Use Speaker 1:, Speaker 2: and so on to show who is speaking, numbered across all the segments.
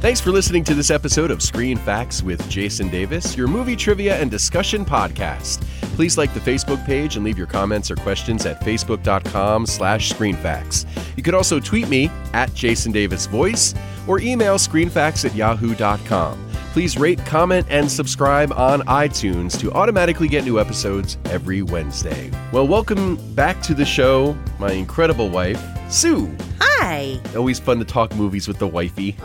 Speaker 1: Thanks for listening to this episode of Screen Facts with Jason Davis, your movie trivia and discussion podcast. Please like the Facebook page and leave your comments or questions at facebook.com slash screenfacts. You could also tweet me at Jason Davis Voice or email screenfacts at yahoo.com. Please rate, comment, and subscribe on iTunes to automatically get new episodes every Wednesday. Well, welcome back to the show, my incredible wife, Sue.
Speaker 2: Hi.
Speaker 1: Always fun to talk movies with the wifey.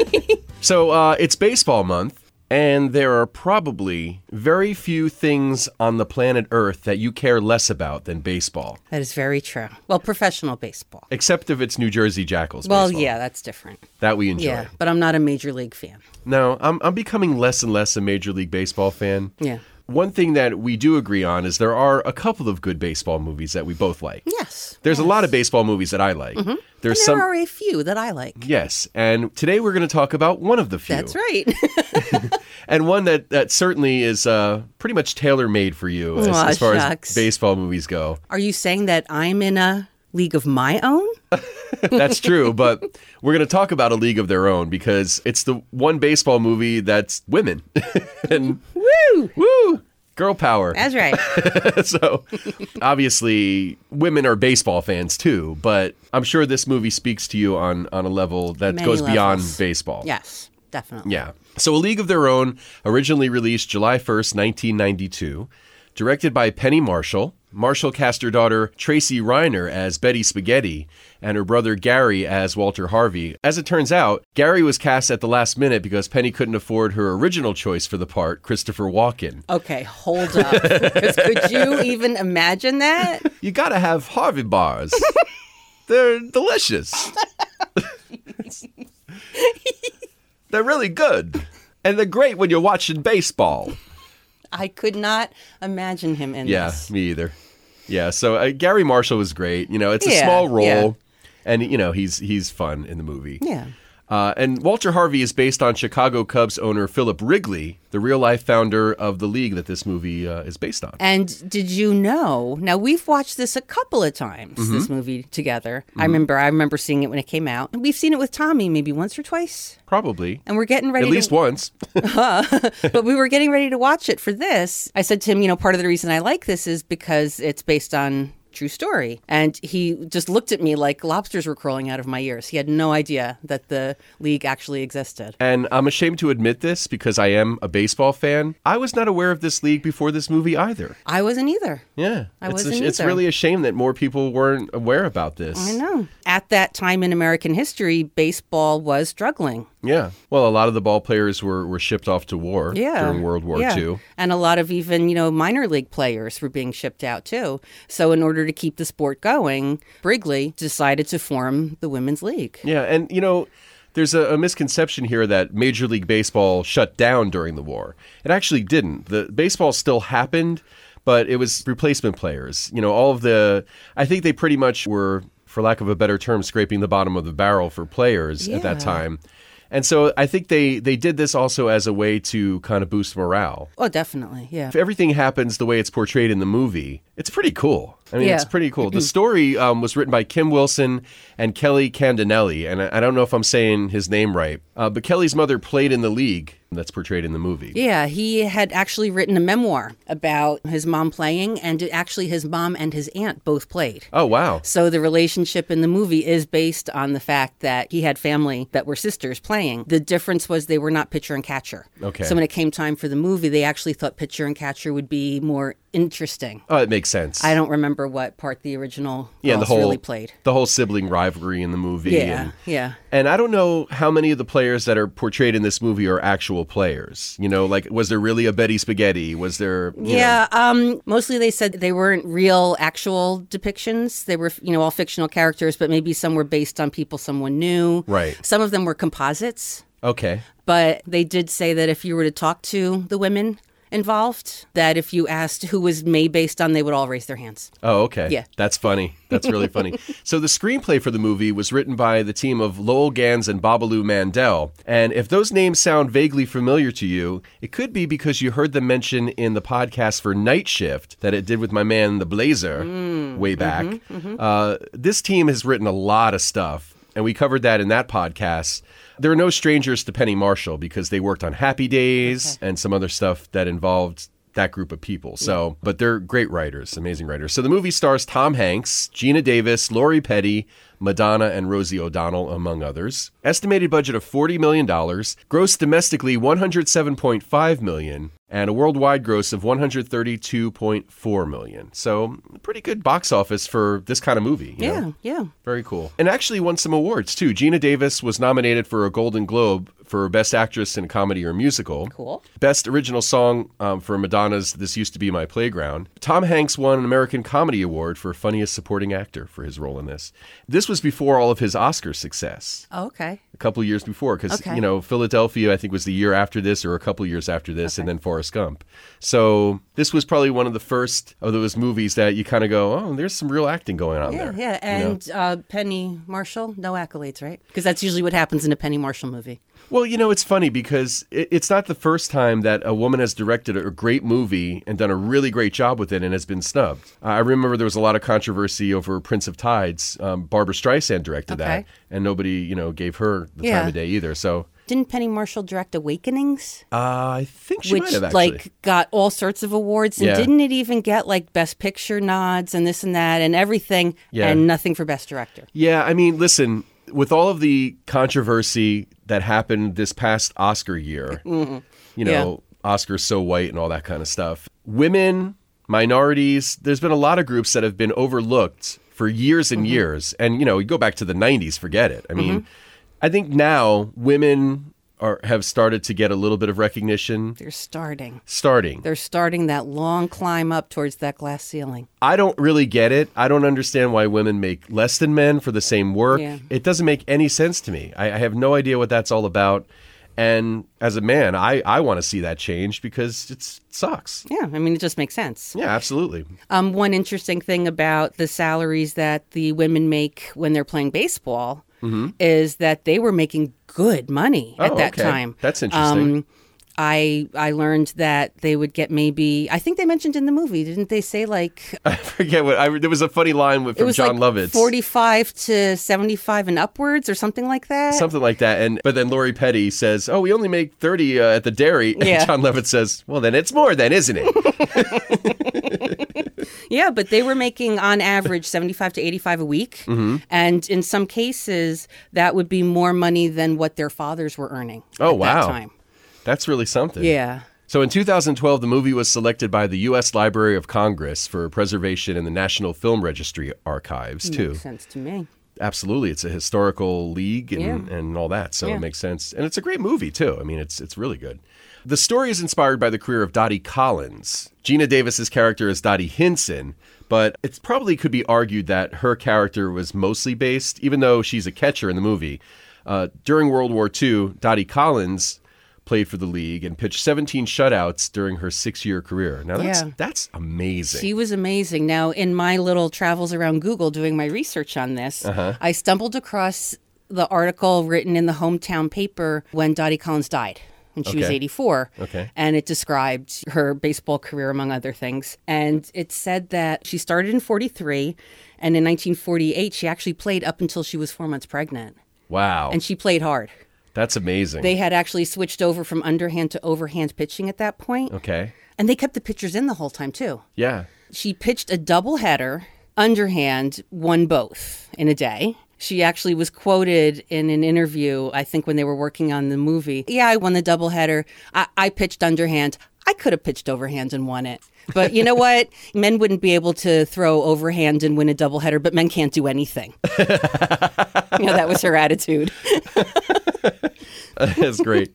Speaker 1: so uh, it's baseball month, and there are probably very few things on the planet Earth that you care less about than baseball,
Speaker 2: That is very true. Well, professional baseball.
Speaker 1: except if it's New Jersey Jackals.
Speaker 2: Well,
Speaker 1: baseball.
Speaker 2: yeah, that's different.
Speaker 1: that we enjoy.
Speaker 2: Yeah, but I'm not a major league fan.
Speaker 1: No, I'm I'm becoming less and less a Major League Baseball fan.
Speaker 2: Yeah.
Speaker 1: One thing that we do agree on is there are a couple of good baseball movies that we both like.
Speaker 2: Yes. Mm-hmm.
Speaker 1: There's a lot of baseball movies that I like. There's
Speaker 2: there
Speaker 1: some
Speaker 2: are a few that I like.
Speaker 1: Yes, and today we're going to talk about one of the few.
Speaker 2: That's right.
Speaker 1: And one that, that certainly is uh, pretty much tailor made for you as,
Speaker 2: Aw,
Speaker 1: as far as
Speaker 2: shucks.
Speaker 1: baseball movies go.
Speaker 2: are you saying that I'm in a league of my own?
Speaker 1: That's true, but we're going to talk about A League of Their Own because it's the one baseball movie that's women. and
Speaker 2: Woo!
Speaker 1: woo! Girl power.
Speaker 2: That's right.
Speaker 1: so obviously women are baseball fans too but i'm sure this movie speaks to you on on a level that
Speaker 2: Many
Speaker 1: goes beyond
Speaker 2: levels.
Speaker 1: baseball
Speaker 2: yes, definitely.
Speaker 1: yeah so a league of their own originally released july 1st 1992 directed by penny marshall marshall cast her daughter tracy reiner as betty spaghetti and her brother gary as walter harvey as it turns out gary was cast at the last minute because penny couldn't afford her original choice for the part christopher walken
Speaker 2: Okay, hold up. 'Cause could you even imagine that?
Speaker 1: You gotta have Harvey bars. They're delicious. they're really good. And they're great when you're watching baseball.
Speaker 2: I could not imagine him in
Speaker 1: Yeah,
Speaker 2: this.
Speaker 1: me either. Yeah, so uh, Gary Marshall was great. You know, it's a
Speaker 2: Yeah,
Speaker 1: small role,
Speaker 2: yeah.
Speaker 1: and you know he's he's fun in the movie.
Speaker 2: Yeah.
Speaker 1: Uh, and Walter Harvey is based on Chicago Cubs owner Philip Wrigley, the real life founder of the league that this movie uh, is based on.
Speaker 2: And did you know? Now we've watched this a couple of times. This
Speaker 1: Mm-hmm.
Speaker 2: movie together. I remember. I remember seeing it when it came out. And we've seen it with Tommy maybe once or twice.
Speaker 1: Probably
Speaker 2: And we're getting ready.
Speaker 1: at
Speaker 2: to,
Speaker 1: least once.
Speaker 2: but we were getting ready to watch it for this. I said to him, you know, part of the reason I like this is because it's based on true story. And he just looked at me like lobsters were crawling out of my ears. He had no idea that the league actually existed.
Speaker 1: And I'm ashamed to admit this because I am a baseball fan. I was not aware of this league before this movie either.
Speaker 2: I wasn't either.
Speaker 1: Yeah.
Speaker 2: I
Speaker 1: it's,
Speaker 2: wasn't
Speaker 1: it's
Speaker 2: either.
Speaker 1: really a shame that more people weren't aware about this.
Speaker 2: I know. At that time in American history, baseball was struggling.
Speaker 1: Yeah. Well, a lot of the ball players were, were shipped off to war
Speaker 2: yeah.
Speaker 1: during World War
Speaker 2: yeah.
Speaker 1: II.
Speaker 2: And a lot of even, you know, minor league players were being shipped out too. So in order to keep the sport going, Wrigley decided to form the women's league.
Speaker 1: Yeah. And, you know, there's a, a misconception here that Major League Baseball shut down during the war. It actually didn't. The baseball still happened, but it was replacement players. You know, all of the, I think they pretty much were, for lack of a better term, scraping the bottom of the barrel for players at that
Speaker 2: Yeah.
Speaker 1: time. And so I think they, they did this also as a way to kind of boost morale.
Speaker 2: Oh, definitely. Yeah.
Speaker 1: If everything happens the way it's portrayed in the movie, it's pretty cool. I mean,
Speaker 2: Yeah.
Speaker 1: it's pretty cool. The story um, was written by Kim Wilson and Kelly Candinelli, and I, I don't know if I'm saying his name right, uh, but Kelly's mother played in the league that's portrayed in the movie.
Speaker 2: Yeah, he had actually written a memoir about his mom playing, and actually, his mom and his aunt both played.
Speaker 1: Oh wow!
Speaker 2: So the relationship in the movie is based on the fact that he had family that were sisters playing. The difference was they were not pitcher and catcher.
Speaker 1: Okay.
Speaker 2: So when it came time for the movie, they actually thought pitcher and catcher would be more interesting.
Speaker 1: Oh, it makes sense.
Speaker 2: I don't remember what part the original
Speaker 1: yeah, the
Speaker 2: girls
Speaker 1: whole
Speaker 2: really played.
Speaker 1: the whole sibling rivalry in the movie.
Speaker 2: Yeah,
Speaker 1: and-
Speaker 2: yeah.
Speaker 1: And I don't know how many of the players that are portrayed in this movie are actual players. You know, like was there really a Betty Spaghetti? Was there? you know-
Speaker 2: Yeah, um, mostly they said they weren't real, actual depictions. They were, you know, all fictional characters, but maybe some were based on people someone knew.
Speaker 1: Right.
Speaker 2: Some of them were composites,
Speaker 1: Okay.
Speaker 2: but they did say that if you were to talk to the women involved, that if you asked who was May based on, they would all raise their hands.
Speaker 1: Oh, okay.
Speaker 2: Yeah.
Speaker 1: That's funny. That's really funny. So the screenplay for the movie was written by the team of Lowell Gans and Babalu Mandel. And if those names sound vaguely familiar to you, it could be because you heard them mention in the podcast for Night Shift that it did with my man The Blazer way back. Uh, this team has written a lot of stuff. and we covered that in that podcast. They're no strangers to Penny Marshall because they worked on Happy Days and some other stuff that involved that group of people. So, but they're great writers, amazing writers. So the movie stars Tom Hanks, Gina Davis, Lori Petty, Madonna, and Rosie O'Donnell, among others. Estimated budget of $40 million, gross domestically $107.5 million, and a worldwide gross of $132.4 million. So pretty good box office for this kind of movie. you know?
Speaker 2: Yeah, yeah.
Speaker 1: Very cool. And actually won some awards too. Gina Davis was nominated for a Golden Globe for Best Actress in a Comedy or Musical.
Speaker 2: Cool.
Speaker 1: Best Original Song um, for Madonna's This Used to Be My Playground. Tom Hanks won an American Comedy Award for Funniest Supporting Actor for his role in this. This was before all of his Oscar success,
Speaker 2: Oh, okay.
Speaker 1: a couple of years before, because,
Speaker 2: Okay.
Speaker 1: you know, Philadelphia, I think, was the year after this or a couple of years after this, and then Forrest Gump. So this was probably one of the first of those movies that you kind of go, oh, there's some real acting going on
Speaker 2: Yeah,
Speaker 1: there.
Speaker 2: yeah.
Speaker 1: you know?
Speaker 2: And uh, Penny Marshall, no accolades, right? Because that's usually what happens in a Penny Marshall movie.
Speaker 1: Well, you know, it's funny because it, it's not the first time that a woman has directed a great movie and done a really great job with it and has been snubbed. I remember there was a lot of controversy over Prince of Tides. Um, Barbara Streisand directed that,
Speaker 2: Okay.
Speaker 1: and nobody, you know, gave her the time
Speaker 2: Yeah.
Speaker 1: of day either. So
Speaker 2: Didn't Penny Marshall direct Awakenings,
Speaker 1: uh, I think she
Speaker 2: which
Speaker 1: might have actually.
Speaker 2: like got all sorts of awards, and
Speaker 1: Yeah.
Speaker 2: didn't it even get like Best Picture nods and this and that and everything,
Speaker 1: Yeah.
Speaker 2: and nothing for Best Director?
Speaker 1: Yeah, I mean, listen, with all of the controversy that happened this past Oscar year, you know, Oscar's so white and all that kind of stuff, women, minorities, there's been a lot of groups that have been overlooked for years and years. And, you know, you go back to the 90s, forget it. I mean, I think now women are have started to get a little bit of recognition
Speaker 2: They're starting.
Speaker 1: starting.
Speaker 2: They're starting that long climb up towards that glass ceiling.
Speaker 1: I don't really get it. I don't understand why women make less than men for the same work.
Speaker 2: Yeah.
Speaker 1: It doesn't make any sense to me. I, I have no idea what that's all about. And as a man, I, I want to see that change because it's, it sucks.
Speaker 2: Yeah, I mean, it just makes sense.
Speaker 1: Yeah, absolutely.
Speaker 2: Um, one interesting thing about the salaries that the women make when they're playing baseball is that they were making good money
Speaker 1: Mm-hmm. Oh,
Speaker 2: at that
Speaker 1: okay.
Speaker 2: time.
Speaker 1: That's interesting.
Speaker 2: Um, I I learned that they would get maybe I think they mentioned in the movie didn't they say like
Speaker 1: I forget what I, there was a funny line with,
Speaker 2: it
Speaker 1: from
Speaker 2: was
Speaker 1: Oh, John
Speaker 2: like
Speaker 1: Lovitz,
Speaker 2: forty five to seventy five and upwards or something like that.
Speaker 1: something like that. And but then Lori Petty says, "Oh, we only make thirty uh, at the dairy."
Speaker 2: Yeah.
Speaker 1: And John Lovitz says, "Well, then it's more, then isn't it?"
Speaker 2: Yeah, but they were making on average 75 to 85 a week.
Speaker 1: Mm-hmm.
Speaker 2: And in some cases, that would be more money than what their fathers were earning.
Speaker 1: Oh,
Speaker 2: at that
Speaker 1: wow.
Speaker 2: time.
Speaker 1: That's really something.
Speaker 2: Yeah.
Speaker 1: So in 2012, the movie was selected by the U.S. Library of Congress for preservation in the National Film Registry archives, too.
Speaker 2: Makes sense to me.
Speaker 1: Absolutely, it's a historical league and, and all that, so
Speaker 2: Yeah.
Speaker 1: it makes sense. And it's a great movie too. I mean, it's it's really good. The story is inspired by the career of Dottie Collins. Gina Davis's character is Dottie Hinson, but it probably could be argued that her character was mostly based, even though she's a catcher in the movie. Uh, during World War II, Dottie Collins played for the league and pitched 17 shutouts during her six-year career. Now that's
Speaker 2: Yeah.
Speaker 1: that's amazing.
Speaker 2: She was amazing. Now, in my little travels around Google doing my research on this,
Speaker 1: Uh-huh.
Speaker 2: I stumbled across the article written in the hometown paper when Dottie Collins died. When she was
Speaker 1: Okay.
Speaker 2: 84.
Speaker 1: Okay.
Speaker 2: And it described her baseball career, among other things. And it said that she started in 43, and in 1948, she actually played up until she was four months pregnant.
Speaker 1: wow,
Speaker 2: And she played hard.
Speaker 1: that's amazing.
Speaker 2: They had actually switched over from underhand to overhand pitching at that point.
Speaker 1: okay,
Speaker 2: And they kept the pitchers in the whole time, too
Speaker 1: yeah.
Speaker 2: she pitched a doubleheader, underhand, won both in a day. She actually was quoted in an interview, I think, when they were working on the movie. Yeah, I won the doubleheader. I, I pitched underhand. I could have pitched overhand and won it. But you know what? Men wouldn't be able to throw overhand and win a doubleheader, but men can't do anything. you know, that was her attitude.
Speaker 1: That's great.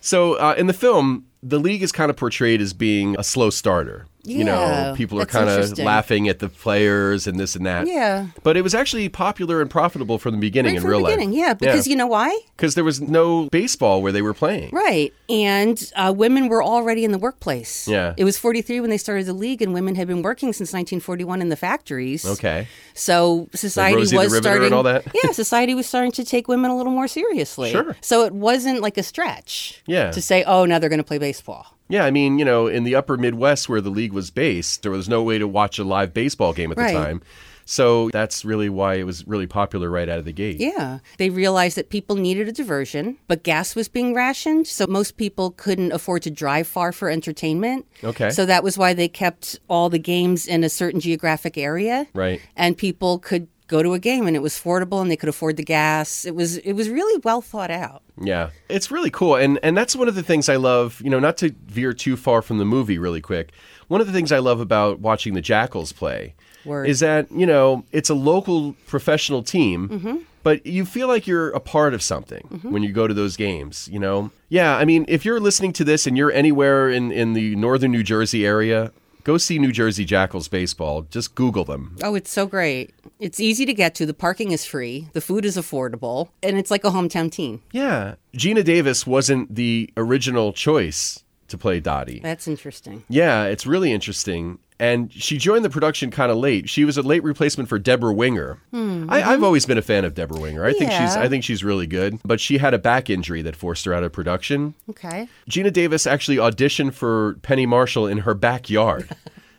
Speaker 1: so uh, in the film, the league is kind of portrayed as being a slow starter. you know,
Speaker 2: Yeah,
Speaker 1: people are
Speaker 2: that's
Speaker 1: kind of
Speaker 2: interesting.
Speaker 1: laughing at the players and this and that.
Speaker 2: Yeah.
Speaker 1: But it was actually popular and profitable from the beginning in
Speaker 2: From
Speaker 1: real
Speaker 2: the beginning,
Speaker 1: life.
Speaker 2: yeah, because you know why?
Speaker 1: because there was no baseball where they were playing.
Speaker 2: Right. And uh, women were already in the workplace.
Speaker 1: Yeah.
Speaker 2: It was 43 when they started the league, and women had been working since 1941 in the factories.
Speaker 1: Okay.
Speaker 2: So society
Speaker 1: Rosie the
Speaker 2: was
Speaker 1: Riveter
Speaker 2: starting.
Speaker 1: and all that?
Speaker 2: yeah, society was starting to take women a little more seriously.
Speaker 1: Sure.
Speaker 2: So it wasn't like a stretch
Speaker 1: Yeah.
Speaker 2: to say, oh, now they're going to play baseball.
Speaker 1: Yeah, I mean, you know, in the upper Midwest where the league was based, there was no way to watch a live baseball game at the
Speaker 2: Right.
Speaker 1: time. So that's really why it was really popular right out of the gate.
Speaker 2: Yeah. They realized that people needed a diversion, but gas was being rationed. So most people couldn't afford to drive far for entertainment.
Speaker 1: Okay.
Speaker 2: So that was why they kept all the games in a certain geographic area.
Speaker 1: Right.
Speaker 2: And people could go to a game and it was affordable and they could afford the gas. It was it was really well thought out.
Speaker 1: Yeah. It's really cool. And and that's one of the things I love, you know, not to veer too far from the movie really quick. One of the things I love about watching the Jackals play
Speaker 2: Word.
Speaker 1: is that, you know, it's a local professional team, but you feel like you're a part of something when you go to those games, you know? Yeah, I mean, if you're listening to this and you're anywhere in, in the northern New Jersey area, go see New Jersey Jackals baseball. Just Google them.
Speaker 2: Oh, it's so great. It's easy to get to. The parking is free. The food is affordable. And it's like a hometown team.
Speaker 1: Yeah. Gina Davis wasn't the original choice to play Dottie.
Speaker 2: That's interesting.
Speaker 1: Yeah, it's really interesting. And she joined the production kind of late. She was a late replacement for Deborah Winger. I, I've always been a fan of Deborah Winger. I think she's
Speaker 2: Yeah.
Speaker 1: I think she's really good. But she had a back injury that forced her out of production.
Speaker 2: Okay.
Speaker 1: Gina Davis actually auditioned for Penny Marshall in her backyard.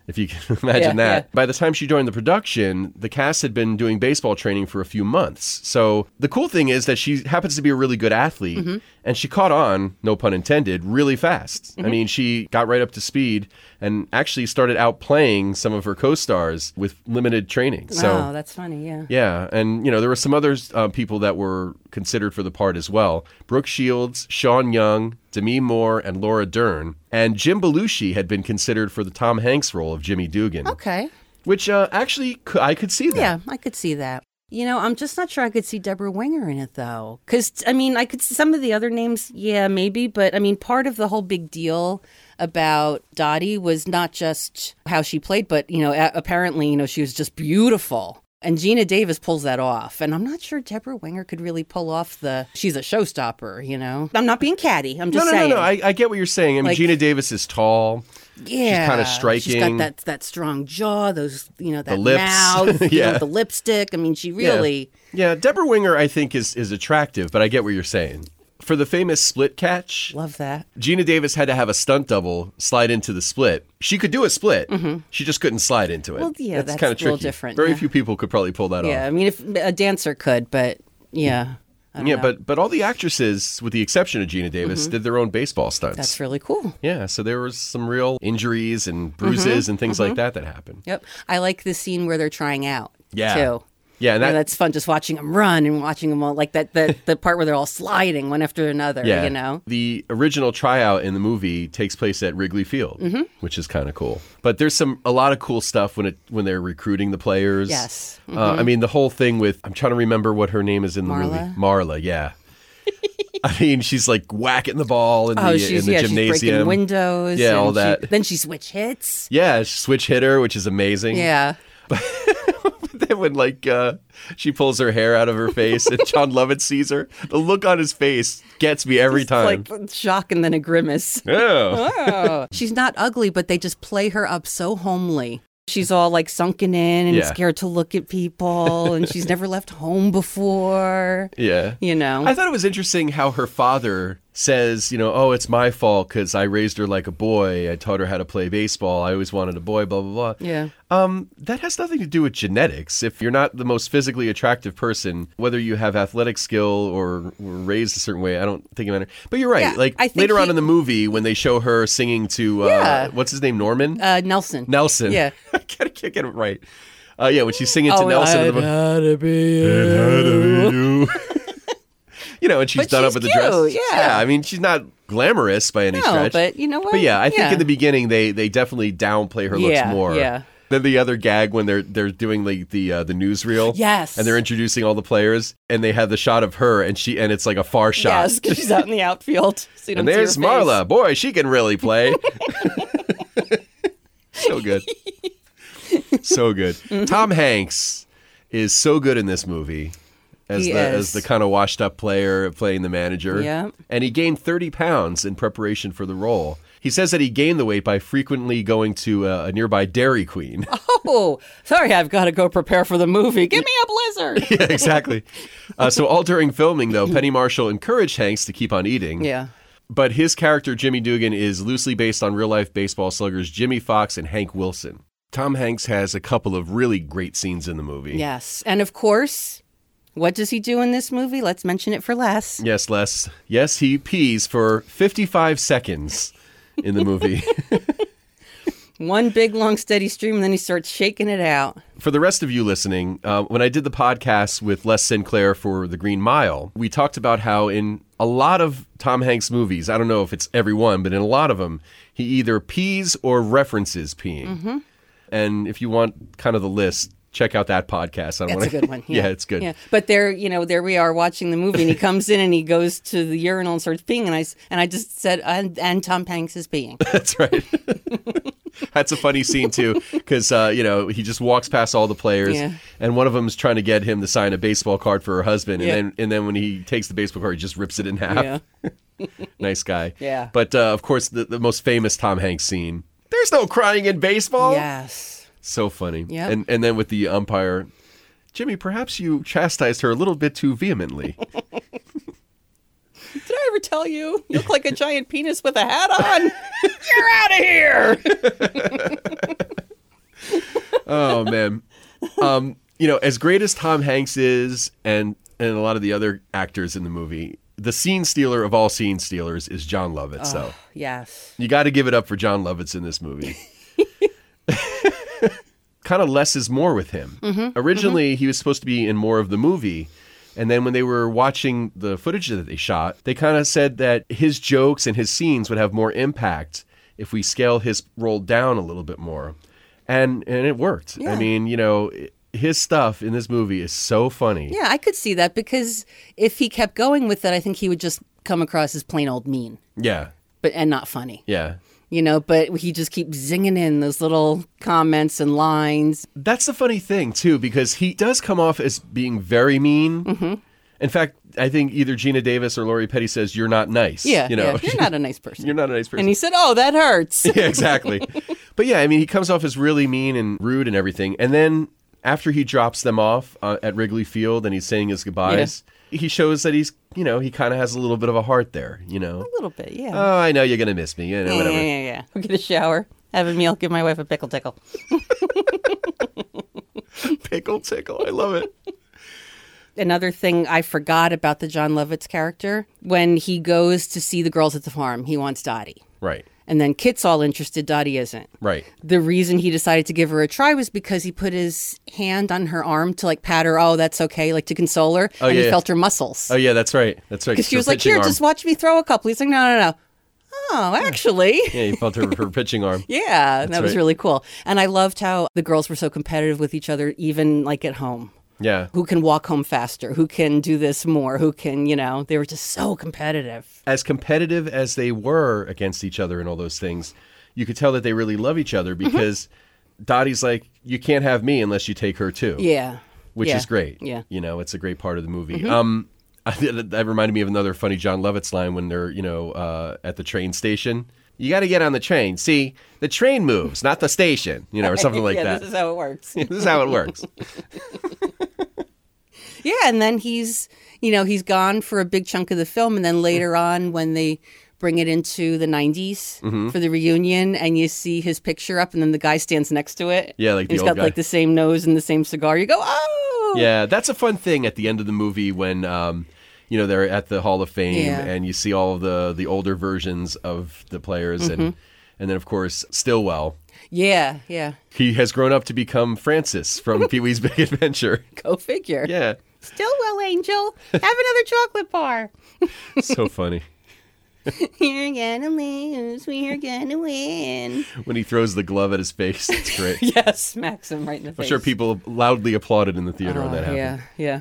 Speaker 1: If you can imagine
Speaker 2: Yeah,
Speaker 1: that.
Speaker 2: yeah.
Speaker 1: By the time she joined the production, the cast had been doing baseball training for a few months. So the cool thing is that she happens to be a really good athlete
Speaker 2: Mm-hmm.
Speaker 1: and she caught on, no pun intended, really fast.
Speaker 2: Mm-hmm.
Speaker 1: I mean, she got right up to speed and actually started outplaying some of her co stars with limited training. So
Speaker 2: wow, that's funny. Yeah.
Speaker 1: yeah, and you know there were some other uh, people that were considered for the part as well: Brooke Shields, Sean Young, Demi Moore, and Laura Dern. And Jim Belushi had been considered for the Tom Hanks role of Jimmy Dugan,
Speaker 2: Okay.
Speaker 1: which uh, actually c- I could see that.
Speaker 2: Oh. Yeah, I could see that. You know, I'm just not sure I could see Deborah Winger in it though. Cuz I mean, I could see some of the other names, yeah, maybe, but I mean, part of the whole big deal about Dottie was not just how she played, but you know, a- apparently, you know, she was just beautiful. And Gina Davis pulls that off. And I'm not sure Deborah Winger could really pull off the she's a showstopper, you know. I'm not being catty. I'm
Speaker 1: No,
Speaker 2: just
Speaker 1: no, no,
Speaker 2: saying.
Speaker 1: no. I, I get what you're saying. I mean,
Speaker 2: Like-
Speaker 1: Gina Davis is tall.
Speaker 2: Yeah,
Speaker 1: kinda
Speaker 2: She's
Speaker 1: striking.
Speaker 2: got that that strong jaw, those you know that
Speaker 1: lips.
Speaker 2: mouth, you
Speaker 1: Yeah.
Speaker 2: know, the lipstick. I mean, she really.
Speaker 1: Yeah, Deborah Winger I think is is attractive, but I get what you're saying. For the famous split catch,
Speaker 2: Love that.
Speaker 1: Gina Davis had to have a stunt double slide into the split. She could do a split. She just couldn't slide into it.
Speaker 2: Mm-hmm. Well, yeah, that's
Speaker 1: kinda
Speaker 2: a little
Speaker 1: tricky.
Speaker 2: different,
Speaker 1: Very
Speaker 2: yeah.
Speaker 1: few people could probably pull that
Speaker 2: Yeah,
Speaker 1: off.
Speaker 2: I mean, if a dancer could, but yeah, I don't
Speaker 1: Yeah,
Speaker 2: know. Mm-hmm.
Speaker 1: but but all the actresses, with the exception of Gina Davis, did their own baseball stunts.
Speaker 2: that's really cool.
Speaker 1: Yeah, so there was some real injuries and
Speaker 2: Mm-hmm.
Speaker 1: bruises and things like that that happened.
Speaker 2: Yep, I like the scene where they're trying out.
Speaker 1: Yeah.
Speaker 2: too.
Speaker 1: Yeah, and
Speaker 2: You know,
Speaker 1: that-
Speaker 2: that's fun. Just watching them run and watching them all like that. The the part where they're all sliding one after another.
Speaker 1: Yeah,
Speaker 2: you know.
Speaker 1: the original tryout in the movie takes place at Wrigley Field,
Speaker 2: Mm-hmm.
Speaker 1: which is kind of cool. But there's some a lot of cool stuff when it when they're recruiting the players.
Speaker 2: Yes. Mm-hmm.
Speaker 1: uh, I mean the whole thing with I'm trying to remember what her name is in the
Speaker 2: Marla?
Speaker 1: movie. Marla, yeah. I mean, she's like whacking the ball in the
Speaker 2: Oh,
Speaker 1: in
Speaker 2: she's
Speaker 1: the
Speaker 2: yeah,
Speaker 1: gymnasium.
Speaker 2: she's breaking windows.
Speaker 1: Yeah,
Speaker 2: and
Speaker 1: all
Speaker 2: she-
Speaker 1: that.
Speaker 2: then she switch hits.
Speaker 1: Yeah, switch hitter, which is amazing.
Speaker 2: Yeah.
Speaker 1: then when like uh, she pulls her hair out of her face and John Lovett sees her, the look on his face gets me every time.
Speaker 2: It's like shock and then a grimace.
Speaker 1: oh.
Speaker 2: Oh. She's not ugly, but they just play her up so homely. She's all like sunken in and
Speaker 1: Yeah.
Speaker 2: scared to look at people, and she's never left home before.
Speaker 1: Yeah.
Speaker 2: You know,
Speaker 1: I thought it was interesting how her father says, you know, oh, it's my fault because I raised her like a boy. I taught her how to play baseball. I always wanted a boy, blah, blah, blah.
Speaker 2: yeah,
Speaker 1: Um, that has nothing to do with genetics. If you're not the most physically attractive person, whether you have athletic skill or were raised a certain way, I don't think it matters. But you're right.
Speaker 2: Yeah,
Speaker 1: like
Speaker 2: I think
Speaker 1: later on
Speaker 2: he-
Speaker 1: in the movie, when they show her singing to, uh,
Speaker 2: Yeah.
Speaker 1: what's his name, Norman?
Speaker 2: uh, Nelson.
Speaker 1: Nelson.
Speaker 2: Yeah.
Speaker 1: I gotta get it right. Uh, yeah, when she's singing to
Speaker 2: Oh,
Speaker 1: Nelson. in the
Speaker 2: I'd
Speaker 1: mo-
Speaker 2: rather be you.
Speaker 1: you know, and she's
Speaker 2: But
Speaker 1: done
Speaker 2: she's
Speaker 1: up with the dress.
Speaker 2: cute, yeah.
Speaker 1: I mean, she's not glamorous by any
Speaker 2: No,
Speaker 1: stretch.
Speaker 2: but you know what?
Speaker 1: But yeah, I think
Speaker 2: Yeah.
Speaker 1: in the beginning they they definitely downplay her
Speaker 2: Yeah,
Speaker 1: looks more.
Speaker 2: yeah.
Speaker 1: Then the other gag when they're they're doing like the uh, the newsreel,
Speaker 2: Yes.
Speaker 1: and they're introducing all the players, and they have the shot of her, and she and it's like a far shot.
Speaker 2: Yes, 'cause she's out in the outfield. so you
Speaker 1: and
Speaker 2: don't see her
Speaker 1: there's
Speaker 2: face.
Speaker 1: Marla, boy, she can really play. so good, so good. Tom Hanks is so good in this movie as
Speaker 2: He
Speaker 1: the as
Speaker 2: is.
Speaker 1: the kind of washed up player playing the manager.
Speaker 2: Yeah.
Speaker 1: and he gained 30 pounds in preparation for the role. He says that he gained the weight by frequently going to a, a nearby Dairy Queen.
Speaker 2: Oh, sorry, I've got to go prepare for the movie. Give me a blizzard.
Speaker 1: yeah, exactly. Uh, so all during filming, though, Penny Marshall encouraged Hanks to keep on eating.
Speaker 2: yeah.
Speaker 1: But his character, Jimmy Dugan, is loosely based on real life baseball sluggers Jimmy Fox and Hank Wilson. Tom Hanks has a couple of really great scenes in the movie.
Speaker 2: Yes. And of course, what does he do in this movie? Let's mention it for less.
Speaker 1: Yes, Les. Yes, he pees for 55 seconds in the movie.
Speaker 2: One big, long, steady stream, and then he starts shaking it out.
Speaker 1: for the rest of you listening, uh, when I did the podcast with Les Sinclair for The Green Mile, we talked about how in a lot of Tom Hanks movies, I don't know if it's every one, but in a lot of them, he either pees or references peeing.
Speaker 2: Mm-hmm.
Speaker 1: And if you want kind of the list, check out that podcast. I don't
Speaker 2: That's a
Speaker 1: wanna-
Speaker 2: good one.
Speaker 1: yeah.
Speaker 2: Yeah,
Speaker 1: it's good.
Speaker 2: Yeah. But there, you know, there we are watching the movie, and he comes in and he goes to the urinal and starts peeing, and I s- and I just said, and, and Tom Hanks is peeing.
Speaker 1: That's right. That's a funny scene too, because uh, you know he just walks past all the players,
Speaker 2: Yeah.
Speaker 1: and one of them is trying to get him to sign a baseball card for her husband,
Speaker 2: Yeah.
Speaker 1: and then and then when he takes the baseball card, he just rips it in half.
Speaker 2: Yeah.
Speaker 1: nice guy.
Speaker 2: Yeah.
Speaker 1: But uh, of course, the, the most famous Tom Hanks scene. There's no crying in
Speaker 2: Oh.
Speaker 1: baseball.
Speaker 2: Yes.
Speaker 1: So funny.
Speaker 2: Yep.
Speaker 1: And and then with the umpire, Jimmy, perhaps you chastised her a little bit too vehemently.
Speaker 2: Did I ever tell you you look like a giant penis with a hat on? You're out of here.
Speaker 1: oh man. Um, you know, as great as Tom Hanks is, and and a lot of the other actors in the movie, the scene stealer of all scene stealers is John Lovitz. So
Speaker 2: yes.
Speaker 1: you got to give it up for John Lovitz in this movie. kind of less is more with him. Originally, he was supposed to be in more of the movie. And then when they were watching the footage that they shot, they kind of said that his jokes and his scenes would have more impact if we scale his role down a little bit more. And and it worked. I
Speaker 2: Yeah.
Speaker 1: mean, you know, his stuff in this movie is so funny.
Speaker 2: Yeah, I could see that because if he kept going with it, I think he would just come across as plain old mean,
Speaker 1: Yeah.
Speaker 2: but and not funny.
Speaker 1: Yeah.
Speaker 2: You know, but he just keeps zinging in those little comments and lines.
Speaker 1: That's the funny thing too, because he does come off as being very mean.
Speaker 2: Mm-hmm.
Speaker 1: In fact, I think either Gina Davis or Lori Petty says you're not nice.
Speaker 2: Yeah,
Speaker 1: you know,
Speaker 2: yeah, you're not a nice person.
Speaker 1: you're not a nice person.
Speaker 2: and he said, "Oh, that hurts."
Speaker 1: yeah, exactly. but yeah, I mean, he comes off as really mean and rude and everything, and then after he drops them off uh, at Wrigley Field and he's saying his goodbyes, he shows that he's, you know, he kind of has a little bit of a heart there. You know,
Speaker 2: a little bit, yeah.
Speaker 1: oh, I know you're gonna miss me. You know,
Speaker 2: yeah, yeah,
Speaker 1: whatever.
Speaker 2: yeah, yeah. I'll get a shower, have a meal, give my wife a pickle tickle.
Speaker 1: Pickle tickle. I love it.
Speaker 2: Another thing I forgot about the John Lovitz character when he goes to see the girls at the farm, he wants Dottie.
Speaker 1: Right.
Speaker 2: And then Kit's all interested, Dottie isn't.
Speaker 1: Right.
Speaker 2: The reason he decided to give her a try was because he put his hand on her arm to like pat her, oh, that's okay, like to console her. and
Speaker 1: yeah,
Speaker 2: he
Speaker 1: yeah.
Speaker 2: felt her muscles.
Speaker 1: Oh yeah, that's right. That's right.
Speaker 2: Because she
Speaker 1: Her
Speaker 2: was like,
Speaker 1: pitching
Speaker 2: here,
Speaker 1: arm.
Speaker 2: just watch me throw a couple. He's like, no, no, no. Oh, actually.
Speaker 1: Yeah, he felt her, her pitching arm.
Speaker 2: Yeah, and that was
Speaker 1: right.
Speaker 2: really cool. And I loved how the girls were so competitive with each other, even like at home.
Speaker 1: Yeah.
Speaker 2: Who can walk home faster? Who can do this more? Who can, you know, they were just so competitive.
Speaker 1: as competitive as they were against each other and all those things, you could tell that they really love each other
Speaker 2: Mm-hmm.
Speaker 1: because Dottie's like, you can't have me unless you take her too.
Speaker 2: Yeah.
Speaker 1: Which
Speaker 2: Yeah.
Speaker 1: is great.
Speaker 2: Yeah. Mm-hmm.
Speaker 1: You know, it's a great part of the movie. Um, that reminded me of another funny John Lovitz line when they're, you know, uh, at the train station. You got to get on the train. See, the train moves, not the station, you know, or something like
Speaker 2: yeah,
Speaker 1: that.
Speaker 2: this is how it works.
Speaker 1: this is how it works.
Speaker 2: Yeah, and then he's you know he's gone for a big chunk of the film, and then later on when they bring it into the 90s
Speaker 1: Mm-hmm.
Speaker 2: for the reunion, and you see his picture up, and then the guy stands next to it.
Speaker 1: Yeah, like
Speaker 2: And
Speaker 1: the
Speaker 2: he's
Speaker 1: old
Speaker 2: got
Speaker 1: guy.
Speaker 2: like the same nose and the same cigar. You go, oh,
Speaker 1: Yeah, that's a fun thing at the end of the movie when um, you know they're at the Hall of Fame
Speaker 2: Yeah.
Speaker 1: and you see all the the older versions of the players and
Speaker 2: Mm-hmm.
Speaker 1: and then of course Stillwell.
Speaker 2: yeah, yeah.
Speaker 1: He has grown up to become Francis from Pee Wee's Big Adventure.
Speaker 2: Go figure.
Speaker 1: Yeah,
Speaker 2: Still well, Angel. Have another chocolate bar.
Speaker 1: so funny
Speaker 2: We're gonna lose. We're gonna win.
Speaker 1: when he throws the glove at his face. It's great.
Speaker 2: Yes, smacks him right in the face.
Speaker 1: I'm sure people loudly applauded in the theater when
Speaker 2: Oh,
Speaker 1: that happened.
Speaker 2: Yeah,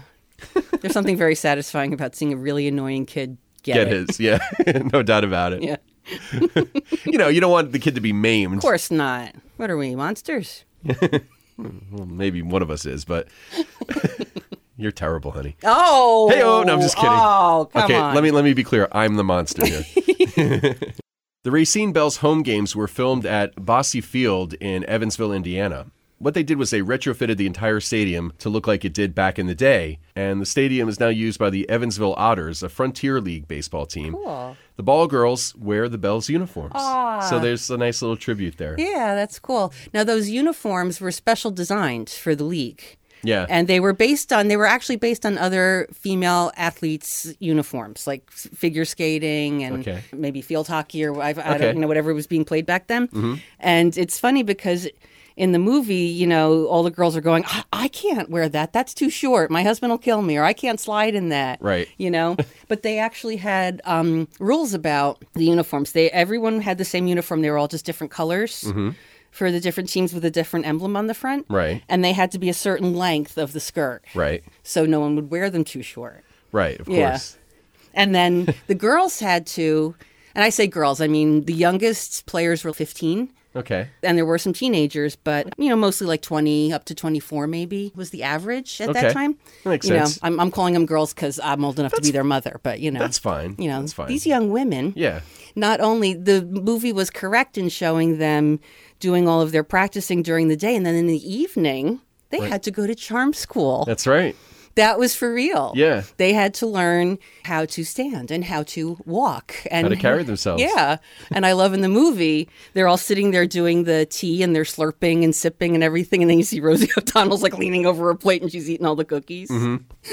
Speaker 2: yeah. There's something very satisfying about seeing a really annoying kid get,
Speaker 1: Get
Speaker 2: it.
Speaker 1: his, yeah, no doubt about it.
Speaker 2: Yeah.
Speaker 1: You know, you don't want the kid to be maimed.
Speaker 2: Of course not. What are we, monsters?
Speaker 1: Well, maybe one of us is, but you're terrible, honey.
Speaker 2: Oh.
Speaker 1: Hey, oh, no, I'm just kidding.
Speaker 2: Oh, come
Speaker 1: okay,
Speaker 2: on.
Speaker 1: let me let me be clear. I'm the monster here. the Racine Bells home games were filmed at Bossy Field in Evansville, Indiana. What they did was they retrofitted the entire stadium to look like it did back in the day, and the stadium is now used by the Evansville Otters, a Frontier League baseball team.
Speaker 2: Cool.
Speaker 1: The ball girls wear the Bells uniforms. So there's a nice little tribute there.
Speaker 2: Yeah, that's cool. Now, those uniforms were special designed for the league.
Speaker 1: Yeah.
Speaker 2: And they were based on, they were actually based on other female athletes' uniforms, like s- figure skating and
Speaker 1: Okay.
Speaker 2: maybe field hockey or I, I
Speaker 1: Okay. Mm-hmm.
Speaker 2: don't you know, whatever was being played back then. And it's funny because in the movie, you know, all the girls are going, I, I can't wear that. That's too short. My husband will kill me or I can't slide in that.
Speaker 1: Right.
Speaker 2: You know, but they actually had um, rules about the uniforms. They Everyone had the same uniform, they were all just different colors. For the different teams with a different emblem on the front
Speaker 1: Mm-hmm. Right.
Speaker 2: and they had to be a certain length of the skirt
Speaker 1: Right.
Speaker 2: so no one would wear them too short
Speaker 1: Right. Of
Speaker 2: Yeah.
Speaker 1: course.
Speaker 2: and then the girls had to and i say girls i mean the youngest players were 15
Speaker 1: Okay.
Speaker 2: and there were some teenagers but you know mostly like 20 up to 24 maybe was the average at
Speaker 1: Okay.
Speaker 2: that time
Speaker 1: That makes
Speaker 2: you
Speaker 1: sense.
Speaker 2: know I'm, I'm calling them girls because i'm old enough to be their mother but you know
Speaker 1: That's fine.
Speaker 2: you know
Speaker 1: that's fine.
Speaker 2: these young women
Speaker 1: yeah.
Speaker 2: not only the movie was correct in showing them doing all of their practicing during the day and then in the evening they had to go to charm school
Speaker 1: That's right.
Speaker 2: that was for real
Speaker 1: Yeah.
Speaker 2: they had to learn how to stand and how to walk and
Speaker 1: How to carry themselves.
Speaker 2: yeah and i love in the movie they're all sitting there doing the tea and they're slurping and sipping and everything and then you see rosie o'donnell's like leaning over a plate and she's eating all the cookies
Speaker 1: Mm-hmm.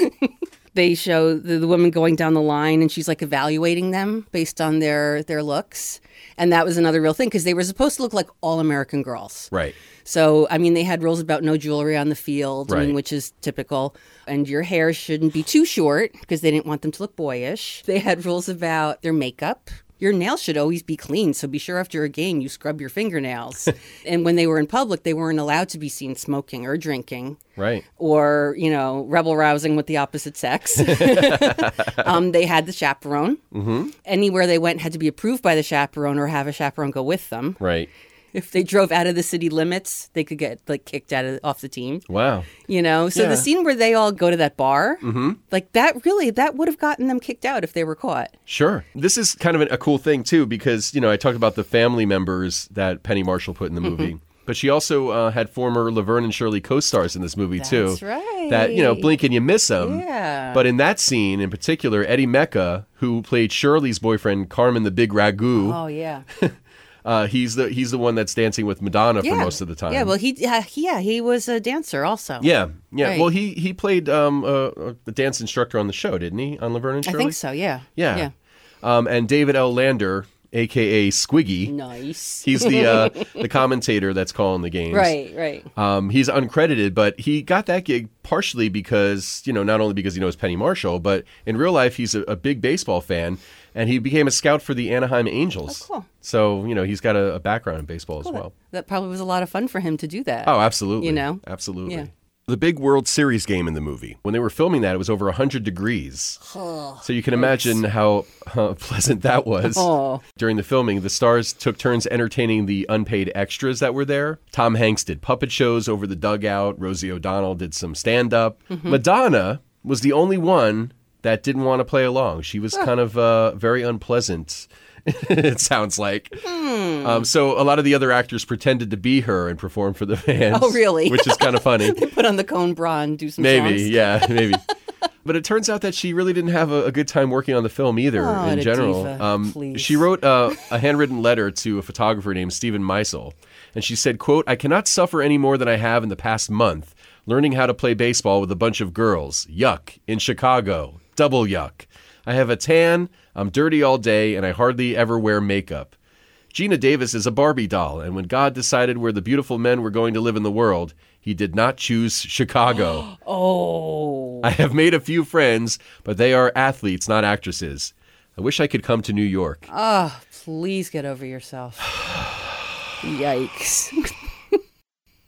Speaker 2: they show the, the woman going down the line and she's like evaluating them based on their their looks and that was another real thing because they were supposed to look like all american girls
Speaker 1: Right.
Speaker 2: so i mean they had rules about no jewelry on the field I mean,
Speaker 1: Right.
Speaker 2: which is typical and your hair shouldn't be too short because they didn't want them to look boyish they had rules about their makeup your nails should always be clean, so be sure after a game you scrub your fingernails. and when they were in public, they weren't allowed to be seen smoking or drinking
Speaker 1: Right.
Speaker 2: or you know rebel rousing with the opposite sex um, they had the chaperone mm-hmm. anywhere they went had to be approved by the chaperone or have a chaperone go with them
Speaker 1: Right.
Speaker 2: if they drove out of the city limits they could get like kicked out of off the team
Speaker 1: Wow.
Speaker 2: you know so
Speaker 1: Yeah. Mm-hmm.
Speaker 2: the scene where they all go to that bar like that really that would have gotten them kicked out if they were caught
Speaker 1: Sure. This is kind of an- a cool thing too because you know I talked about the family members that Penny Marshall put in the movie.
Speaker 2: Mm-hmm.
Speaker 1: But she also uh, had former Laverne and Shirley co-stars in this movie too.
Speaker 2: That's right.
Speaker 1: That you know, blink and you miss them.
Speaker 2: Yeah.
Speaker 1: Mm. But in that scene in particular, Eddie Mecca, who played Shirley's boyfriend Carmen the Big Ragu,
Speaker 2: oh yeah
Speaker 1: uh, he's the he's the one that's dancing with Madonna
Speaker 2: yeah
Speaker 1: for most of the time.
Speaker 2: yeah well he yeah, yeah he was a dancer also
Speaker 1: yeah, yeah.
Speaker 2: Right.
Speaker 1: Well, he he played um, a, a dance instructor on the show, didn't he? On Laverne and
Speaker 2: i
Speaker 1: Shirley.
Speaker 2: think so yeah
Speaker 1: Yeah. Um, and David L. Lander, aka Squiggy,
Speaker 2: nice
Speaker 1: he's the uh, the commentator that's calling the games.
Speaker 2: right right
Speaker 1: Um, he's uncredited, but he got that gig partially because you know not only because he knows Penny Marshall, but in real life he's a, a big baseball fan, and he became a scout for the Anaheim Angels.
Speaker 2: Oh, cool.
Speaker 1: So you know he's got a, a background in baseball as well.
Speaker 2: that probably was a lot of fun for him to do that
Speaker 1: Oh, absolutely.
Speaker 2: You know?
Speaker 1: absolutely.
Speaker 2: Yeah.
Speaker 1: The big World Series game in the movie. When they were filming that, it was over 100 degrees. so you can imagine how uh, pleasant that was.
Speaker 2: Oh.
Speaker 1: During the filming, the stars took turns entertaining the unpaid extras that were there. Tom Hanks did puppet shows over the dugout. Rosie O'Donnell did some stand up.
Speaker 2: Mm-hmm.
Speaker 1: Madonna was the only one that didn't want to play along. She was kind of uh, very unpleasant, it sounds like.
Speaker 2: Hmm.
Speaker 1: Um, so a lot of the other actors pretended to be her and perform for the fans.
Speaker 2: Oh, really?
Speaker 1: Which is kind of funny.
Speaker 2: put on the cone bra and do some
Speaker 1: maybe,
Speaker 2: songs.
Speaker 1: yeah, maybe. But it turns out that she really didn't have a, a good time working on the film either.
Speaker 2: Oh, what
Speaker 1: in
Speaker 2: a
Speaker 1: general, Um,
Speaker 2: diva. Please.
Speaker 1: she wrote uh, a handwritten letter to a photographer named Stephen Meisel, and she said, "quote I cannot suffer any more than I have in the past month, learning how to play baseball with a bunch of girls. Yuck! In Chicago, double yuck. I have a tan. I'm dirty all day, and I hardly ever wear makeup." Gina Davis is a Barbie doll, and when God decided where the beautiful men were going to live in the world, he did not choose Chicago.
Speaker 2: Oh,
Speaker 1: I have made a few friends, but they are athletes, not actresses. I wish I could come to New York.
Speaker 2: Ah, please get over yourself. Yikes.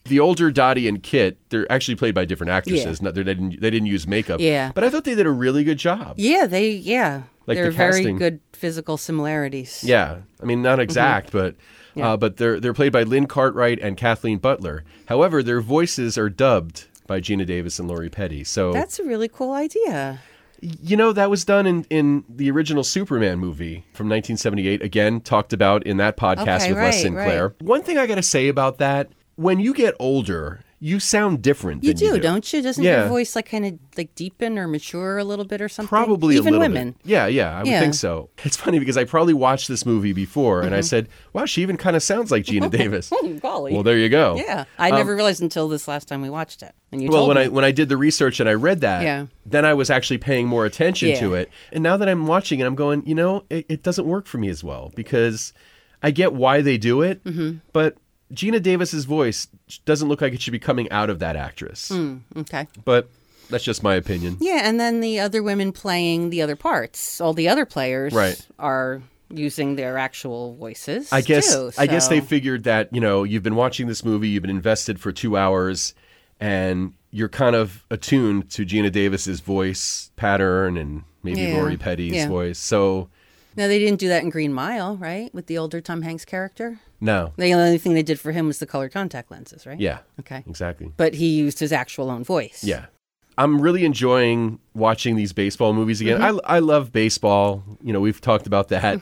Speaker 1: the older Dottie and Kit, they're actually played by different actresses. Not, they didn't they didn't use makeup.
Speaker 2: Yeah.
Speaker 1: But I thought they did a really good job.
Speaker 2: Yeah, they yeah.
Speaker 1: Like
Speaker 2: They're
Speaker 1: the
Speaker 2: very
Speaker 1: casting.
Speaker 2: good physical similarities.
Speaker 1: Yeah, I mean
Speaker 2: Mm-hmm.
Speaker 1: not exact, but uh, but they're they're played by Lynn Cartwright and Kathleen Butler. However, their voices are dubbed by Gina Davis and Lori Petty. So
Speaker 2: That's a really cool idea.
Speaker 1: You know, that was done in, in the original Superman movie from 1978, again, talked about in that podcast
Speaker 2: Okay,
Speaker 1: with Les
Speaker 2: right,
Speaker 1: Sinclair. One thing I got to say about that when you get older, you sound different.
Speaker 2: You
Speaker 1: than
Speaker 2: do,
Speaker 1: you do,
Speaker 2: not you? Doesn't
Speaker 1: Yeah.
Speaker 2: your voice like kind of like deepen or mature a little bit or something?
Speaker 1: Probably
Speaker 2: even
Speaker 1: a little
Speaker 2: women.
Speaker 1: Bit. Yeah, yeah, I would
Speaker 2: Yeah. Mm-hmm.
Speaker 1: think so. It's funny because I probably watched this movie before and I said, "Wow, she even kind of sounds like Gina Davis."
Speaker 2: golly.
Speaker 1: Well, there you go.
Speaker 2: Yeah, I never realized until this last time we watched it. And you
Speaker 1: Well,
Speaker 2: told
Speaker 1: when
Speaker 2: me.
Speaker 1: I when I did the research and I read that,
Speaker 2: Yeah.
Speaker 1: then I was actually paying more attention to
Speaker 2: Yeah.
Speaker 1: it. And now that I'm watching it, I'm going, you know, it, it doesn't work for me as well because I get why they do it,
Speaker 2: Mm-hmm.
Speaker 1: but Gina Davis's voice doesn't look like it should be coming out of that actress.
Speaker 2: Mm. okay.
Speaker 1: But that's just my opinion.
Speaker 2: Yeah, and then the other women playing the other parts, all the other players,
Speaker 1: Right.
Speaker 2: are using their actual voices.
Speaker 1: I guess
Speaker 2: too,
Speaker 1: I guess
Speaker 2: so-
Speaker 1: they figured that you know you've been watching this movie, you've been invested for two hours, and you're kind of attuned to Gina Davis's voice pattern and maybe
Speaker 2: Yeah.
Speaker 1: Lori Petty's
Speaker 2: Yeah.
Speaker 1: voice. So
Speaker 2: No, they didn't do that in Green Mile, right? With the older Tom Hanks character.
Speaker 1: no,
Speaker 2: The only thing they did for him was the colored contact lenses, right?
Speaker 1: yeah,
Speaker 2: Okay.
Speaker 1: exactly,
Speaker 2: But he used his actual own voice.
Speaker 1: yeah. I'm really enjoying watching these baseball movies again.
Speaker 2: Mm-hmm.
Speaker 1: I I love baseball. You know, we've talked about that.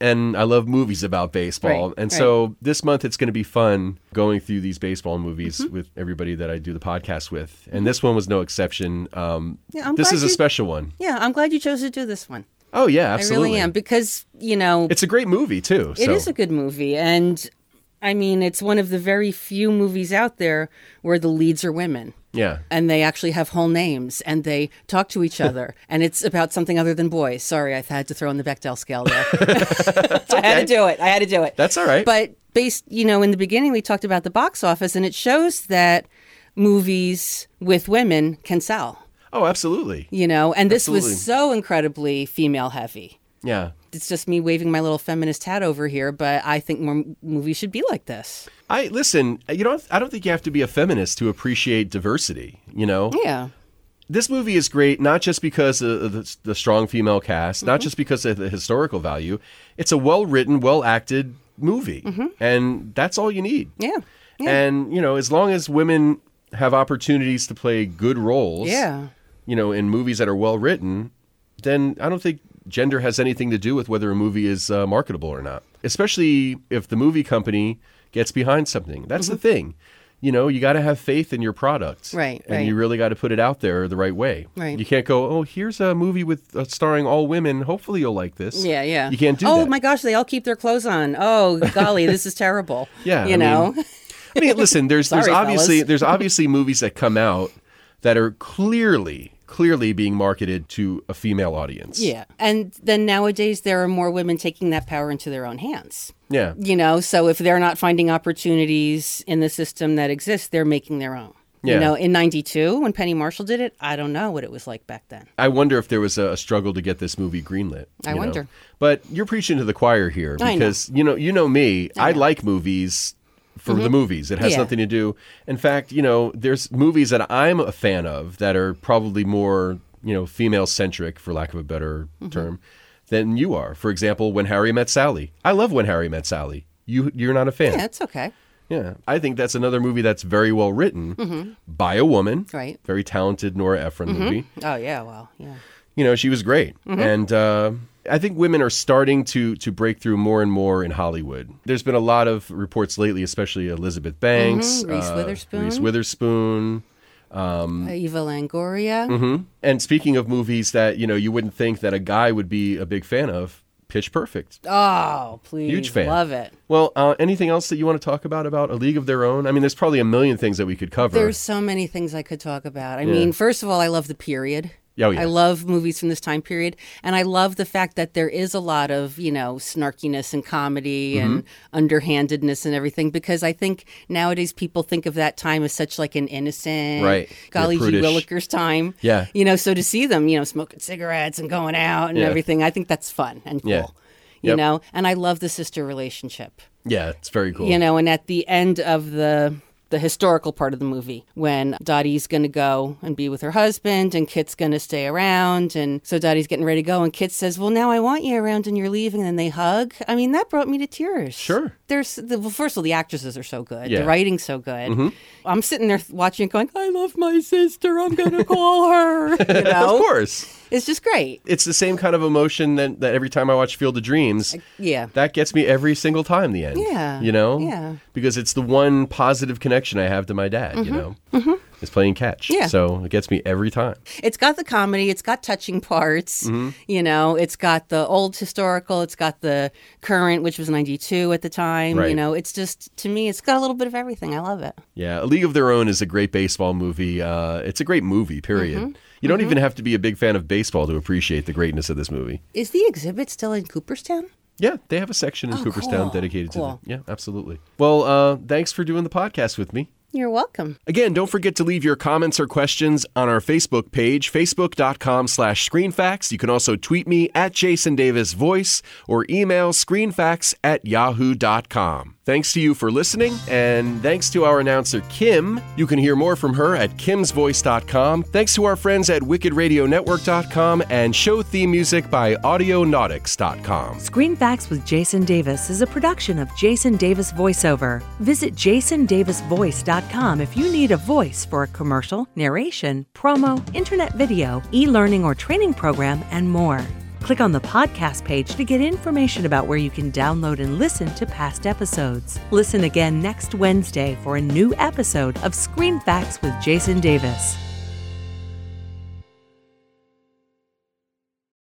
Speaker 1: And I love movies about baseball.
Speaker 2: Right,
Speaker 1: and
Speaker 2: right.
Speaker 1: so this month it's going to be fun going through these baseball movies
Speaker 2: Mm-hmm.
Speaker 1: with everybody that I do the podcast with. And this one was no exception. Um,
Speaker 2: Yeah, I'm
Speaker 1: this
Speaker 2: glad
Speaker 1: is a
Speaker 2: you-
Speaker 1: special one.
Speaker 2: Yeah, I'm glad you chose to do this one.
Speaker 1: Oh, yeah, absolutely.
Speaker 2: I really am because, you know,
Speaker 1: It's a great movie, too.
Speaker 2: It
Speaker 1: so.
Speaker 2: is a good movie, and I mean, it's one of the very few movies out there where the leads are women,
Speaker 1: Yeah.
Speaker 2: and they actually have whole names, and they talk to each other, and it's about something other than boys. Sorry, I had to throw in the Bechdel scale there. I had to do it. I had to do it.
Speaker 1: That's all right.
Speaker 2: But based, you know, in the beginning we talked about the box office, and it shows that movies with women can sell.
Speaker 1: oh, absolutely.
Speaker 2: You know, and this
Speaker 1: Absolutely.
Speaker 2: was so incredibly female heavy
Speaker 1: Yeah.
Speaker 2: it's just me waving my little feminist hat over here, but I think more m- movies should be like this.
Speaker 1: I listen, you don't I don't think you have to be a feminist to appreciate diversity, you know?
Speaker 2: Yeah.
Speaker 1: this movie is great not just because of the, the strong female cast, not
Speaker 2: Mm-hmm.
Speaker 1: just because of the historical value. It's a well written, well acted movie, and that's all you need.
Speaker 2: Mm-hmm. Yeah.
Speaker 1: And you know, as long as women have opportunities to play good roles,
Speaker 2: Yeah.
Speaker 1: you know, in movies that are well written, then I don't think gender has anything to do with whether a movie is uh, marketable or not. Especially if the movie company gets behind something. That's
Speaker 2: Mm-hmm.
Speaker 1: the thing. You know, you got to have faith in your product,
Speaker 2: Right,
Speaker 1: And
Speaker 2: right.
Speaker 1: you really got to put it out there the right way.
Speaker 2: Right.
Speaker 1: You can't go, oh, here's a movie with uh, starring all women. Hopefully, you'll like this.
Speaker 2: Yeah, yeah.
Speaker 1: You can't do
Speaker 2: oh
Speaker 1: that.
Speaker 2: my gosh, they all keep their clothes on. Oh, golly, this is terrible.
Speaker 1: Yeah,
Speaker 2: You
Speaker 1: I mean-
Speaker 2: know?
Speaker 1: I mean, listen, there's there's
Speaker 2: Sorry,
Speaker 1: obviously
Speaker 2: fellas.
Speaker 1: there's obviously movies that come out that are clearly clearly being marketed to a female audience.
Speaker 2: yeah. And then nowadays, there are more women taking that power into their own hands.
Speaker 1: Yeah.
Speaker 2: You know, so if they're not finding opportunities in the system that exists, they're making their own.
Speaker 1: Yeah.
Speaker 2: You know, in 92, when Penny Marshall did it, I don't know what it was like back then.
Speaker 1: I wonder if there was a, a struggle to get this movie greenlit.
Speaker 2: I
Speaker 1: you know?
Speaker 2: wonder.
Speaker 1: But you're preaching to the choir here
Speaker 2: I know.
Speaker 1: because you know you know me. I, like movies for the movies. It has
Speaker 2: Mm-hmm. Yeah.
Speaker 1: nothing to do. In fact, you know, there's movies that I'm a fan of that are probably more you know female centric, for lack of a better
Speaker 2: Mm-hmm.
Speaker 1: term, than you are. For example, When Harry Met Sally. I love When Harry Met Sally. You you're not a fan.
Speaker 2: Yeah, it's okay.
Speaker 1: Yeah, I think that's another movie that's very well written by a woman,
Speaker 2: Mm-hmm. Right.
Speaker 1: Very talented Nora Ephron movie
Speaker 2: Oh, yeah, well, yeah.
Speaker 1: you know she was great
Speaker 2: Mm-hmm.
Speaker 1: and uh, i think women are starting to to break through more and more in hollywood there's been a lot of reports lately especially elizabeth banks
Speaker 2: Mhm, Reese
Speaker 1: uh,
Speaker 2: Witherspoon.
Speaker 1: reese witherspoon Mm.
Speaker 2: Uh, Eva Langoria.
Speaker 1: Mm-hmm. and speaking of movies that you know you wouldn't think that a guy would be a big fan of pitch perfect
Speaker 2: Oh, please.
Speaker 1: Huge fan.
Speaker 2: Love it.
Speaker 1: well uh, anything else that you want to talk about about a league of their own i mean there's probably a million things that we could cover
Speaker 2: There's so many things I could talk about. I mean, first of all, I love the period.
Speaker 1: Oh, yeah.
Speaker 2: I love movies from this time period. And I love the fact that there is a lot of, you know, snarkiness and comedy
Speaker 1: Mm-hmm.
Speaker 2: and underhandedness and everything because I think nowadays people think of that time as such like an innocent,
Speaker 1: Right.
Speaker 2: golly
Speaker 1: Yeah,
Speaker 2: gee
Speaker 1: prudish.
Speaker 2: Willikers time.
Speaker 1: Yeah.
Speaker 2: You know, so to see them, you know, smoking cigarettes and going out and
Speaker 1: Yeah.
Speaker 2: everything, I think that's fun and cool.
Speaker 1: Yeah.
Speaker 2: You
Speaker 1: Yep.
Speaker 2: know, and I love the sister relationship
Speaker 1: yeah it's very cool
Speaker 2: you know and at the end of the the historical part of the movie when Dottie's going to go and be with her husband and Kit's going to stay around and so Dottie's getting ready to go and Kit says well now I want you around and you're leaving and then they hug I mean that brought me to tears
Speaker 1: Sure.
Speaker 2: there's the, well, first of all the actresses are so good
Speaker 1: Yeah. Mm-hmm.
Speaker 2: the writing's so good I'm sitting there watching it going I love my sister I'm going to call her you know
Speaker 1: of course
Speaker 2: It's just great.
Speaker 1: It's the same kind of emotion that, that every time I watch Field of Dreams,
Speaker 2: Yeah.
Speaker 1: that gets me every single time. The end.
Speaker 2: Yeah.
Speaker 1: You know.
Speaker 2: Yeah.
Speaker 1: Because it's the one positive connection I have to my dad. You know. Mm-hmm. Is playing catch.
Speaker 2: Yeah.
Speaker 1: So it gets me every time.
Speaker 2: It's got the comedy, it's got touching parts, you know, it's got the old historical, it's got the current, which was 92 at the time,
Speaker 1: Right.
Speaker 2: you know, it's just, to me, it's got a little bit of everything. I love it.
Speaker 1: Yeah, A League of Their Own is a great baseball movie. Uh, it's a great movie, period.
Speaker 2: Mm-hmm.
Speaker 1: You don't even have to be a big fan of baseball to appreciate the greatness of this movie.
Speaker 2: Is the exhibit still in Cooperstown?
Speaker 1: Yeah, they have a section in
Speaker 2: Oh,
Speaker 1: Cooperstown
Speaker 2: cool.
Speaker 1: dedicated
Speaker 2: Cool.
Speaker 1: to that. Yeah, absolutely. Well, uh, thanks for doing the podcast with me.
Speaker 2: You're welcome.
Speaker 1: Again, don't forget to leave your comments or questions on our Facebook page, facebook.com slash screenfacts. You can also tweet me at Jason Davis Voice or email screenfacts at yahoo.com. Thanks to you for listening, and thanks to our announcer, Kim. You can hear more from her at kimsvoice.com. Thanks to our friends at wickedradionetwork.com and show theme music by audionautics.com.
Speaker 3: Screen Facts with Jason Davis is a production of Jason Davis VoiceOver. Visit jasondavisvoice.com if you need a voice for a commercial, narration, promo, internet video, e learning or training program, and more. Click on the podcast page to get information about where you can download and listen to past episodes. Listen again next Wednesday for a new episode of Screen Facts with Jason Davis.